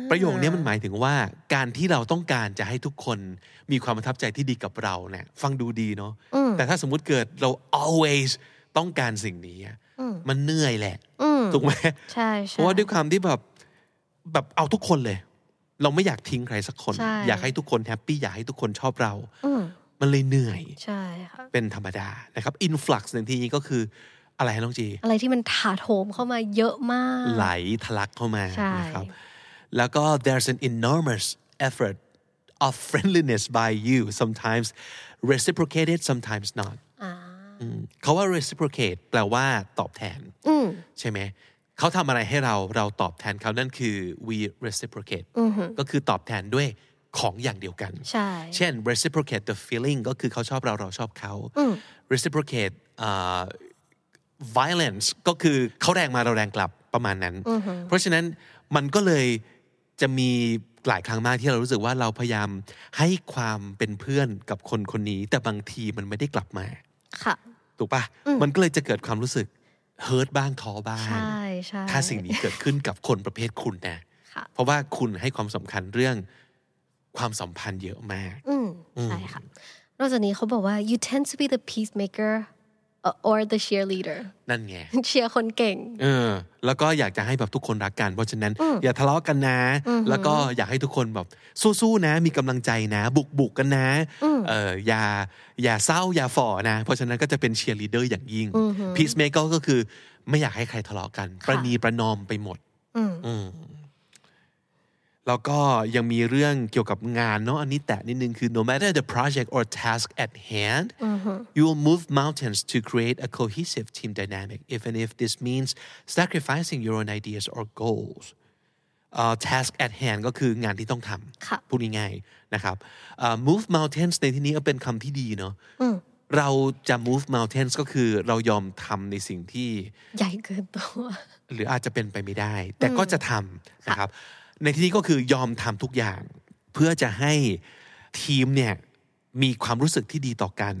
[SPEAKER 1] ประโยคนี้มันหมายถึงว่าการที่เราต้องการจะให้ทุกคนมีความประทับใจที่ดีกับเราเนี่ยฟังดูดีเนาะแต่ถ้าสมมุติเกิดเรา always ต้องการสิ่งนี้อะมันเหนื่อยแหละถูกไหม
[SPEAKER 2] ใช่
[SPEAKER 1] เพ
[SPEAKER 2] ใช่
[SPEAKER 1] ราะว่าด้วยความที่แบบแบบเอาทุกคนเลย เราไม่อยากทิ้งใครสักคน
[SPEAKER 2] ใช่
[SPEAKER 1] อยากให้ทุกคนแฮปปี้อยากให้ทุกคนชอบเรา มันเลยเหนื่อย
[SPEAKER 2] ใช่ค่ะ
[SPEAKER 1] เป็นธรรมดานะครับ influx ในที่นี้ก็คืออะไรฮะน้องจี
[SPEAKER 2] อะไรที่มันถาโถมเข้ามาเยอะมาก
[SPEAKER 1] ไหลทะลักเข้ามา
[SPEAKER 2] ใช่
[SPEAKER 1] นะครับแล้วก็ there's an enormous effort of friendliness by you sometimes reciprocated sometimes not อืมเขาว่า reciprocate แปลว่าตอบแทนใช่ไหม เขาทำอะไรให้เราเราตอบแทนเขานั่นคือ we reciprocate ก็คือตอบแทนด้วยของอย่างเดียวกัน
[SPEAKER 2] ใช่
[SPEAKER 1] เช่น reciprocate the feeling ก็คือเขาชอบเราเราชอบเขา reciprocate อ่า violence ก็คือเขาแรงมาเราแรงกลับประมาณนั้น เพราะฉะนั้นมันก็เลยจะมีหลายครั้งมากที่เรารู้สึกว่าเราพยายามให้ความเป็นเพื่อนกับคนคนนี้ แต่บางทีมันไม่ได้กลับมา
[SPEAKER 2] ค่ะ
[SPEAKER 1] ถูกปะมันก็เลยจะเกิดความรู้สึก hurt บ้างท้อบ้าง
[SPEAKER 2] ใช่ใช่
[SPEAKER 1] ถ้าสิ่งนี้เกิดขึ้นกับคนประเภทคุณนะ
[SPEAKER 2] ค่ะ
[SPEAKER 1] เพราะว่าคุณให้ความสำคัญเรื่องความสัมพันธ์เยอะมาก
[SPEAKER 2] อืมใช่ค่ะนอกจากนี้เขาบอกว่า you tend to be the peacemaker uh, or the cheerleader [laughs]
[SPEAKER 1] นั่นไง
[SPEAKER 2] เชียร์คนเก่ง
[SPEAKER 1] เออ แล้วก็อยากจะให้แบบทุกคนรักกัน เพราะฉะนั้น อย่าทะเลาะกันนะ แล้วก็อยากให้ทุกคนแบบสู้ๆนะ มีกำลังใจนะ บุกบุกกันนะ เอออย่าอย่าเศร้าอย่าฝ่อนะ เพราะฉะนั้นก็จะเป็นเชียร์ลีดเดอร์อย่างยิ่งพีซเมกก็คือไม่อยากให้ใครทะเลาะกัน ประนีประนอมไปหมดอืมแล้วก็ยังมีเรื่องเกี่ยวกับงานเนาะอันนี้แตะนิดนึงคือ no matter the project or task at hand you will move mountains to create a cohesive team dynamic even if this means sacrificing your own ideas or goals เอ่อ task at hand ก็คืองานที่ต้องท
[SPEAKER 2] ค่ะ
[SPEAKER 1] ำพูดง่ายๆนะครับเอ่อ move mountains ในที่นี้ก็เป็นคำที่ดีเนาะเราจะ move mountains ก็คือเรายอมทำในสิ่งที่
[SPEAKER 2] ใหญ่เกินตัว [laughs]
[SPEAKER 1] หรืออาจจะเป็นไปไม่ได้ แต่ก็จะทำนะครับ ในที่นี้ก็คือยอมทำทุกอย่าง เพื่อจะให้ทีมเนี่ยมีความรู้สึกที่ดีต่อกัน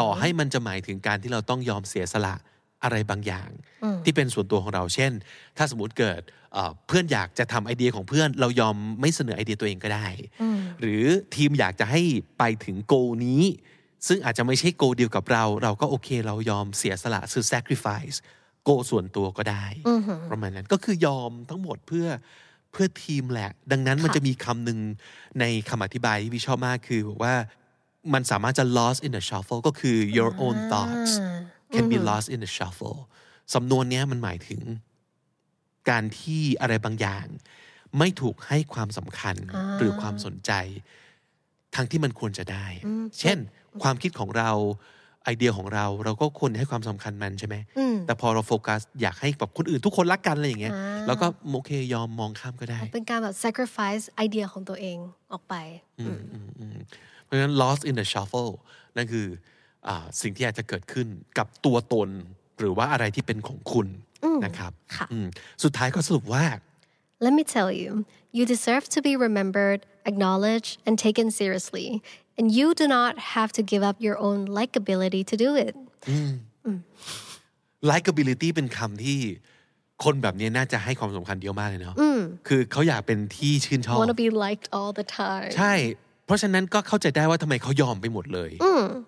[SPEAKER 1] ต่อให้มันจะหมายถึงการที่เราต้องยอมเสียสละอะไรบางอย่าง ที่เป็นส่วนตัวของเราเช่น ถ้าสมมติเกิดเอ่อเพื่อนอยากจะทำไอเดียของเพื่อน เรายอมไม่เสนอไอเดียตัวเองก็ได้ หรือทีมอยากจะให้ไปถึงโกนี้ ซึ่งอาจจะไม่ใช่โกเดียวกับเรา เราก็โอเคเรายอมเสียสละคือ sacrifice โกส่วนตัวก็ได้ประมาณนั้นก็คือยอมทั้งหมดเพื่อเพื่อทีมแหละ ดังนั้นมันจะมีคำหนึ่งในคำอธิบายที่พี่ชอบมากคือบอกว่ามันสามารถจะ lost in the shuffle ก็คือ your own thoughts can be lost in the shuffle สำนวนเนี้ยมันหมายถึง การที่อะไรบางอย่าง ไม่ถูกให้ความสำคัญหรือความสนใจ ทั้งที่มันควรจะได้ เช่น ความคิดของเราไอเดียของเราเราก็ควรให้ความสำคัญมันใช่ไหม แต่พอเราโฟกัสอยากให้แบบคนอื่นทุกคนรักกันอะไรอย่างเงี้ยเราก็โอเคยอมมองข้ามก็ได้
[SPEAKER 2] เป็นการแบบ sacrifice ไอเดียของตัวเองออกไป
[SPEAKER 1] เพราะฉะนั้น lost in the shuffle นั่นคืออาสิ่งที่อาจจะเกิดขึ้นกับตัวตน หรือว่าอะไรที่เป็นของคุณนะครับ
[SPEAKER 2] ค่ะ
[SPEAKER 1] อืมสุดท้ายก็สรุปว่า
[SPEAKER 2] Let me tell you, you deserve to be remembered, acknowledged, and taken seriously. And you do not have to give up your own likability to do it.
[SPEAKER 1] likability เป็นคำที่คนแบบนี้น่าจะให้ความสำคัญเยอะมากเลยเนาะคือเขาอยากเป็นที่ชื่นชอบ
[SPEAKER 2] Want to be liked all the time.
[SPEAKER 1] ใช่ เพราะฉะนั้นก็เข้าใจได้ว่าทำไมเขายอมไปหมดเลย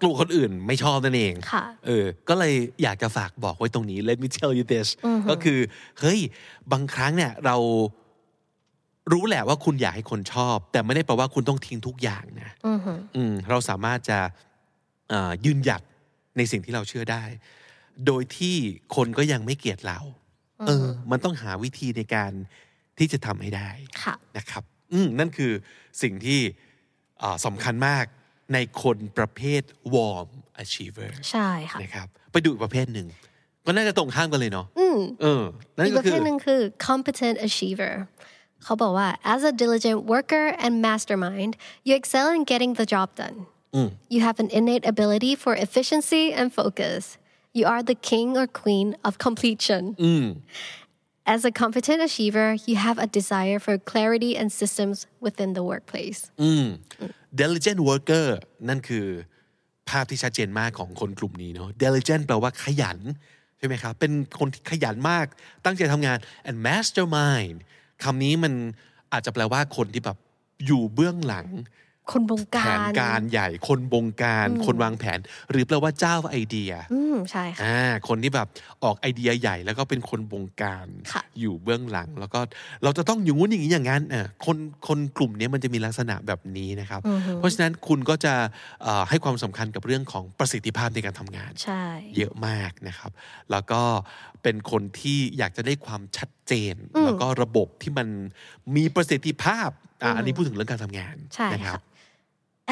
[SPEAKER 1] กลัวคนอื่นไม่ชอบนั่นเอง
[SPEAKER 2] ค่ะ
[SPEAKER 1] เออ ก็เลยอยากจะฝากบอกไว้ตรงนี้ let me tell you this ก็คือ เฮ้ย บางครั้งเนี่ยเรารู้แหละว่าคุณอยากให้คนชอบ แต่ไม่ได้แปลว่าคุณต้องทิ้งทุกอย่างนะอืมเราสามารถจะเอ่อยืนหยัดในสิ่งที่เราเชื่อได้ โดยที่คนก็ยังไม่เกลียดเรา เออ มันต้องหาวิธีในการที่จะทำให้ได้
[SPEAKER 2] ค่ะ
[SPEAKER 1] นะครับอืมนั่นคือสิ่งที่อ่าสำคัญมากในคนประเภท warm achiever
[SPEAKER 2] ใช่ค่ะ
[SPEAKER 1] นะครับไปดูอีกประเภทหนึ่ง ก็น่าจะตรงข้ามกันเลยเนาะเออ นั่น
[SPEAKER 2] อีกป
[SPEAKER 1] ก็
[SPEAKER 2] ระ
[SPEAKER 1] คื
[SPEAKER 2] เภ
[SPEAKER 1] อ
[SPEAKER 2] ทหนึ่งคือ competent achiever เขาบอกว่า as a diligent worker and mastermind you excel in getting the job done
[SPEAKER 1] Mm.
[SPEAKER 2] you have an innate ability for efficiency and focus you are the king or queen of completion
[SPEAKER 1] Mm.
[SPEAKER 2] as a competent achiever you have a desire for clarity and systems within the workplace
[SPEAKER 1] Mm. diligent worker นั่นคือภาพที่ชัดเจนมากของคนกลุ่มนี้เนาะ diligent แปลว่าขยัน ใช่ไหมครับ เป็นคนที่ขยันมากตั้งใจทำงาน and mastermind คำนี้มันอาจจะแปลว่าคนที่แบบอยู่เบื้องหลัง
[SPEAKER 2] คนบงกา
[SPEAKER 1] แผน
[SPEAKER 2] ร
[SPEAKER 1] การใหญ่คนบงการ คนวางแผน หรือแปลว่าเจ้าไอเดีย
[SPEAKER 2] อืมใช่ค่ะ
[SPEAKER 1] อ่าคนที่แบบออกไอเดียใหญ่ แล้วก็เป็นคนบงการ
[SPEAKER 2] ค่ะ
[SPEAKER 1] อยู่เบื้องหลัง แล้วก็เราจะต้องอย่างงู้นอย่างนี้อย่างนั้นเออคนคนกลุ่มเนี้ยมันจะมีลักษณะแบบนี้นะครับ
[SPEAKER 2] อือฮึ
[SPEAKER 1] เพราะฉะนั้นคุณก็จะเอ่อให้ความสำคัญกับเรื่องของประสิทธิภาพในการทำงาน
[SPEAKER 2] ใช่
[SPEAKER 1] เยอะมากนะครับ แล้วก็เป็นคนที่อยากจะได้ความชัดเจน แล้วก็ระบบที่มันมีประสิทธิภาพอ่ะอันนี้พูดถึงเรื่องการทำงาน
[SPEAKER 2] ใช่
[SPEAKER 1] นะค
[SPEAKER 2] ค่ะ
[SPEAKER 1] รับ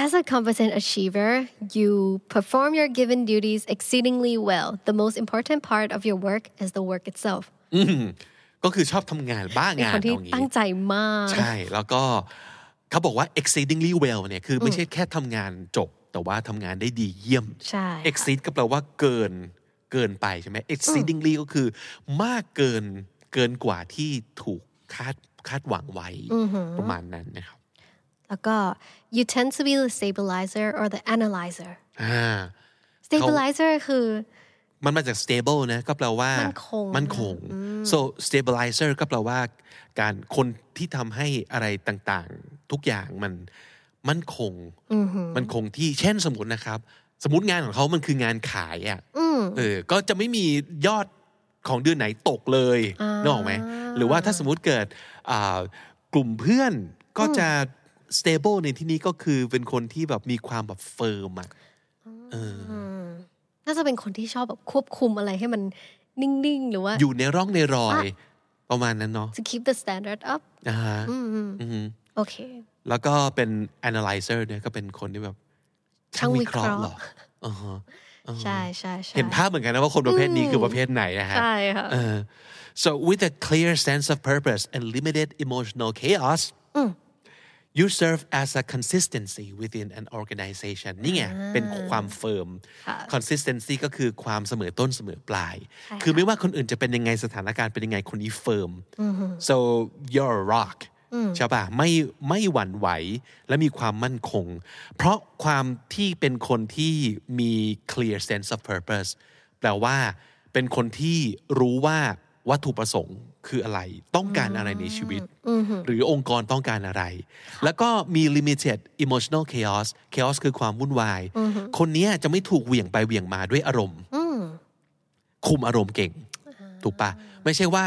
[SPEAKER 2] As a competent achiever, you perform your given duties exceedingly well. The most important part of your work is the work itself.
[SPEAKER 1] อืมก็คือชอบทำงานบ้า
[SPEAKER 2] เป็น
[SPEAKER 1] งา
[SPEAKER 2] คน นที่
[SPEAKER 1] เอางี้
[SPEAKER 2] ตั้งใจมาก
[SPEAKER 1] ใช่แล้วก็เขาบอกว่า exceedingly well เนี่ยคือไม่ใช่แค่ทำงานจบ แต่ว่าทำงานได้ดีเยี่ยม
[SPEAKER 2] ใช่ค่ะ
[SPEAKER 1] exceed ก็แปลว่าเกินเกินไปใช่ไหม exceedingly ก็คือมากเกินเกินกว่าที่ถูกคาดคาดหวังไว้ประมาณนั้นนะครับ
[SPEAKER 2] แล้วก็ you tend to be the stabilizer or the analyzer
[SPEAKER 1] อ่า
[SPEAKER 2] stabilizer คือ
[SPEAKER 1] มันมาจาก stable นะก็แปลว่า
[SPEAKER 2] มั่นคง
[SPEAKER 1] มันคง so stabilizer ก็แปลว่า การคนที่ทำให้อะไรต่างๆ ทุกอย่างมันมั่นคง มันคงที่เช่นสมมตินะครับ สมมติงานของเขามันคืองานขายอ่ะเออ ก็จะไม่มียอดของเดือนไหนตกเลยนึกออกไหมหรือว่าถ้าสมมติเกิดอ่ากลุ่มเพื่อนก็จะ stable ในที่นี้ก็คือเป็นคนที่แบบมีความแบบ firm อะเออ
[SPEAKER 2] น่าจะเป็นคนที่ชอบแบบควบคุมอะไรให้มันนิ่ง ๆ หรือว่า
[SPEAKER 1] อยู่ในร่องในรอย ประมาณนั้นเนาะ
[SPEAKER 2] to keep the standard up
[SPEAKER 1] นะฮะอืม
[SPEAKER 2] โอเค
[SPEAKER 1] แล้วก็เป็น analyzer เนี่ยก็เป็นคนที่แบบ
[SPEAKER 2] ช่างวิเคราะห์
[SPEAKER 1] หรออ่าฮะ
[SPEAKER 2] ใช่ใช่ใช่
[SPEAKER 1] เห็นภาพเหมือนกันนะว่าคนประเภทนี้คือประเภทไหนนะฮะ
[SPEAKER 2] ใช่ค่ะ
[SPEAKER 1] เออ so with a clear sense of purpose and limited emotional chaos you serve as a consistency within an organization นี่ไง เป็นความเฟิร์ม consistency ก็คือความเสมอต้นเสมอปลาย คือไม่ว่าคนอื่นจะเป็นยังไงสถานการณ์เป็นยังไงคนนี้เฟิร์ม so you're a rock ใช่ป่ะไม่ไม่หวั่นไหวและมีความมั่นคง เพราะความที่เป็นคนที่มี clear sense of purpose แปลว่าเป็นคนที่รู้ว่าวัตถุประสงค์คืออะไร ต้องการอะไรในชีวิต หรือองค์กรต้องการอะไร แล้วก็มี limited emotional chaos chaos คือความวุ่นวาย คนเนี้ยจะไม่ถูกเหวี่ยงไปเหวี่ยงมาด้วยอารมณ์ คุมอารมณ์เก่ง ถูกปะไม่ใช่ว่า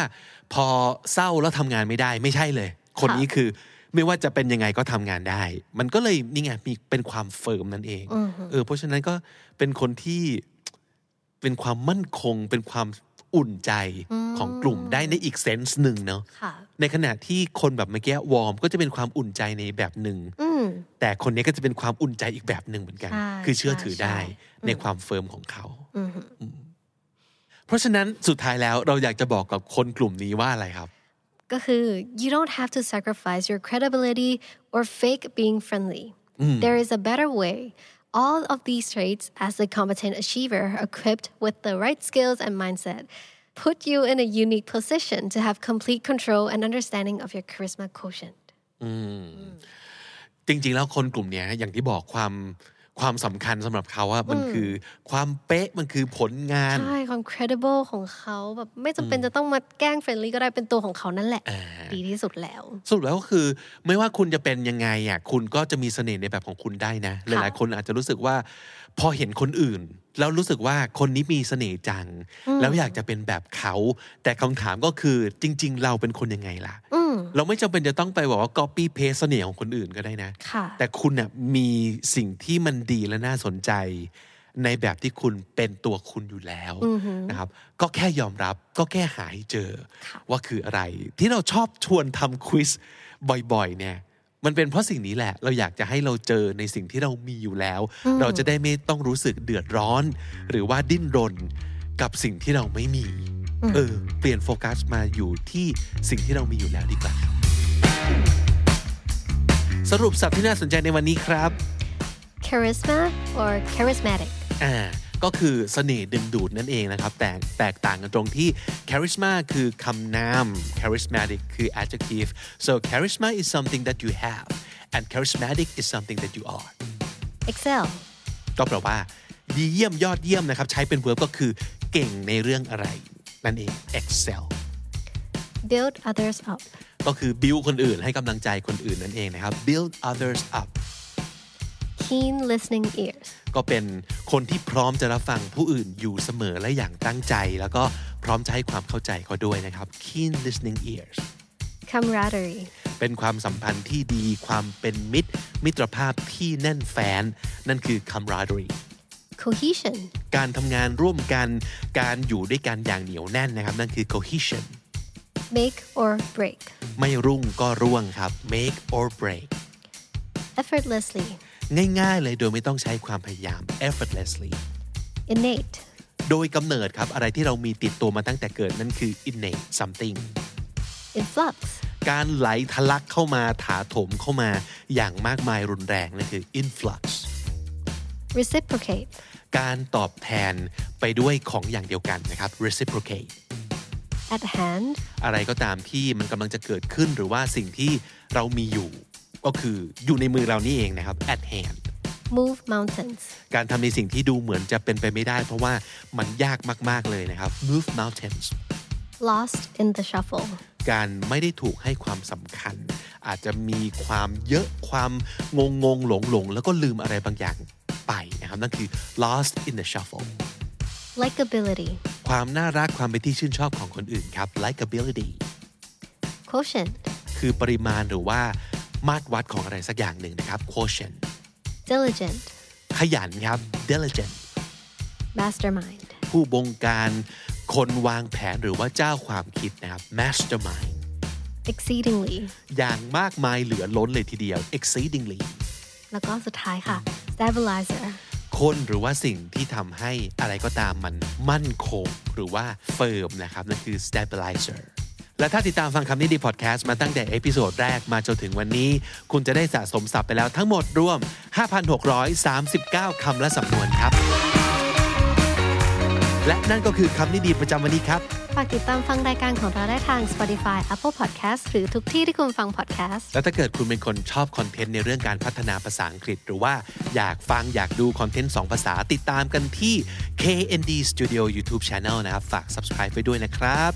[SPEAKER 1] พอเศร้าแล้วทำงานไม่ได้ไม่ใช่เลย คนนี้คือไม่ว่าจะเป็นยังไงก็ทำงานได้ มันก็เลยนี่ไงมีเป็นความเฟิร์มนั่นเองเออเพราะฉะนั้นก็เป็นคนที่เป็นความมั่นคง เป็นความอุ่นใจของกลุ่มได้ในอีกเซนส์หนึ่งเนาะ
[SPEAKER 2] ค่ะ
[SPEAKER 1] ในขณะที่คนแบบเมื่อกี้วอร์มก็จะเป็นความอุ่นใจในแบบหนึ่ง
[SPEAKER 2] อืม
[SPEAKER 1] แต่คนนี้ก็จะเป็นความอุ่นใจอีกแบบหนึ่งเหมือนกัน
[SPEAKER 2] ใช่
[SPEAKER 1] คือเชื่อถือได้
[SPEAKER 2] ใช่ใช่
[SPEAKER 1] ในความเฟิร์มของเขา
[SPEAKER 2] mm-hmm.
[SPEAKER 1] อืมเพราะฉะนั้นสุดท้ายแล้วเราอยากจะบอกกับคนกลุ่มนี้ว่าอะไรครับ
[SPEAKER 2] ก็คือ you don't have to sacrifice your credibility or fake being friendly there is a better way all of these traits as a competent achiever equipped with the right skills and mindset put you in a unique position to have complete control and understanding of your charisma quotient
[SPEAKER 1] จริง ๆ แล้วคนกลุ่มเนี้ยอย่างที่บอกความความสำคัญสำหรับเขาว่ามันคือความเป๊ะมันคือผลงาน
[SPEAKER 2] ใช่ความ credible ของเขาแบบไม่จำเป็นจะต้องมาแกล้ง friendly ก็ได้เป็นตัวของเขานั่นแหละ ดีที่สุดแล้ว
[SPEAKER 1] สรุปแล้วก็คือไม่ว่าคุณจะเป็นยังไงอ่ะคุณก็จะมีเสน่ห์ในแบบของคุณได้นะ หลายๆคนอาจจะรู้สึกว่า พอเห็นคนอื่น แล้วรู้สึกว่าคนนี้มีเสน่ห์จัง แล้วอยากจะเป็นแบบเขา แต่คำถามก็คือจริง ๆ เราเป็นคนยังไงล่ะ เราไม่จำเป็นจะต้องไปบอกว่า copy paste เสน่ห์ของคนอื่นก็ได้นะ
[SPEAKER 2] ค่ะ
[SPEAKER 1] แต่คุณน่ะมีสิ่งที่มันดีและน่าสนใจ ในแบบที่คุณเป็นตัวคุณอยู่แล้วนะครับ ก็แค่ยอมรับก็แค่หาให้เจอ ว่าคืออะไร ที่เราชอบชวนทำควิสบ่อยๆ เนี่ย มันเป็นเพราะสิ่งนี้แหละ เราอยากจะให้เราเจอในสิ่งที่เรามีอยู่แล้ว เราจะได้ไม่ต้องรู้สึกเดือดร้อน หรือว่าดิ้นรนกับสิ่งที่เราไม่มี เออ เปลี่ยนโฟกัสมาอยู่ที่สิ่งที่เรามีอยู่แล้วดีกว่าครับสรุปสับที่น่าสนใจในวันนี้ครับ
[SPEAKER 2] charisma or charismatic
[SPEAKER 1] อ่าก็คือเสน่ห์ดึงดูดนั่นเองนะครับ แต่แตกต่างกันตรงที่ charisma คือคำนาม charismatic คือ adjective so charisma is something that you have and charismatic is something that you are
[SPEAKER 2] excel
[SPEAKER 1] ก็แปลว่า ดีเยี่ยมยอดเยี่ยมนะครับ ใช้เป็น verb ก็คือเก่งในเรื่องอะไร นั่นเอง excel
[SPEAKER 2] build others up
[SPEAKER 1] ก็คือ build คนอื่นให้กำลังใจคนอื่นนั่นเองนะครับ build others up
[SPEAKER 2] keen listening ears.
[SPEAKER 1] ก็เป็นคนที่พร้อมจะรับฟังผู้อื่นอยู่เสมอและอย่างตั้งใจ แล้วก็พร้อมจะให้ความเข้าใจเขาด้วยนะครับ keen listening ears
[SPEAKER 2] Camaraderie.
[SPEAKER 1] เป็นความสัมพันธ์ที่ดีความเป็นมิตร มิตรภาพที่แน่นแฟน นั่นคือ camaraderie
[SPEAKER 2] Cohesion.
[SPEAKER 1] การทำงานร่วมกันการอยู่ด้วยกันอย่างเหนียวแน่นนะครับ นั่นคือ cohesion
[SPEAKER 2] Make or break.
[SPEAKER 1] ไม่รุ่งก็ร่วงครับ make or break
[SPEAKER 2] Effortlessly.
[SPEAKER 1] ง่าย ๆ เลยโดยไม่ต้องใช้ความพยายาม effortlessly
[SPEAKER 2] Innate.
[SPEAKER 1] โดยกำเนิดครับ อะไรที่เรามีติดตัวมาตั้งแต่เกิดนั่นคือ innate something
[SPEAKER 2] In flux.
[SPEAKER 1] การไหลทะลักเข้ามาถาโถมเข้ามาอย่างมากมายรุนแรงนั่นคือ influx
[SPEAKER 2] Reciprocate.
[SPEAKER 1] การตอบแทนไปด้วยของอย่างเดียวกันนะครับ reciprocate
[SPEAKER 2] At hand.
[SPEAKER 1] อะไรก็ตามที่มันกำลังจะเกิดขึ้นหรือว่าสิ่งที่เรามีอยู่ ก็คืออยู่ในมือเรานี่เองนะครับ at hand
[SPEAKER 2] Move mountains.
[SPEAKER 1] การทำในสิ่งที่ดูเหมือนจะเป็นไปไม่ได้ เพราะว่ามันยากมาก ๆ เลยนะครับ move mountains
[SPEAKER 2] Lost in the shuffle.
[SPEAKER 1] การไม่ได้ถูกให้ความสำคัญ อาจจะมีความเยอะความงงงหลงหลงๆ แล้วก็ลืมอะไรบางอย่างไปนะครับนั่นคือ lost in the shuffle
[SPEAKER 2] Likeability.
[SPEAKER 1] ความน่ารักความเป็นที่ชื่นชอบของคนอื่นครับ likability
[SPEAKER 2] Quotient.
[SPEAKER 1] คือปริมาณหรือว่ามาตรวัดของอะไรสักอย่างหนึ่งนะครับ quotient
[SPEAKER 2] Diligent.
[SPEAKER 1] ขยันครับ diligent
[SPEAKER 2] Mastermind.
[SPEAKER 1] ผู้บงการคนวางแผนหรือว่าเจ้าความคิดนะครับ mastermind
[SPEAKER 2] Exceedingly.
[SPEAKER 1] อย่างมากมายเหลือล้นเลยทีเดียว exceedingly
[SPEAKER 2] แล้วก็สุดท้ายค่ะ Stabilizer.
[SPEAKER 1] คนหรือว่าสิ่งที่ทำให้อะไรก็ตามมันมั่นคงหรือว่า firm นะครับ นั่นคือ stabilizer และถ้าติดตามฟังคำนี้ดีพอดแคสต์มาตั้งแต่เอพิโซดแรกมาจนถึงวันนี้ คุณจะได้สะสมศัพท์ไปแล้วทั้งหมดรวม 5,639 คำและสำนวนครับ และนั่นก็คือคำนี้ดีประจำวันนี้ครับ
[SPEAKER 2] ฝากติดตามฟังรายการของเราได้ทาง Spotify Apple Podcast หรือทุกที่ที่คุณฟัง podcast
[SPEAKER 1] แล้วถ้าเกิดคุณเป็นคนชอบคอนเทนต์ในเรื่องการพัฒนาภาษาอังกฤษ หรือว่าอยากฟังอยากดูคอนเทนต์ 2 ภาษาติดตามกันที่ KND Studio YouTube Channel นะครับ ฝาก subscribe ไปด้วยนะครับ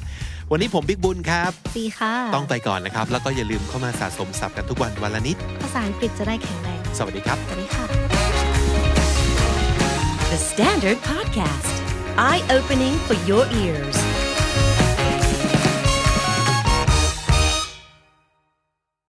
[SPEAKER 1] วันนี้ผมบิ๊กบุญครับ
[SPEAKER 2] ดีค่ะ
[SPEAKER 1] ต้องไปก่อนนะครับ แล้วก็อย่าลืมเข้ามาสะสมศัพท์กันทุกวันวันละนิด
[SPEAKER 2] ภาษาอังกฤษจะได้แข็งแรง
[SPEAKER 1] สวัสดีครับ
[SPEAKER 2] สวัสดีค่ะ
[SPEAKER 3] The Standard Podcast, eye opening for your ears.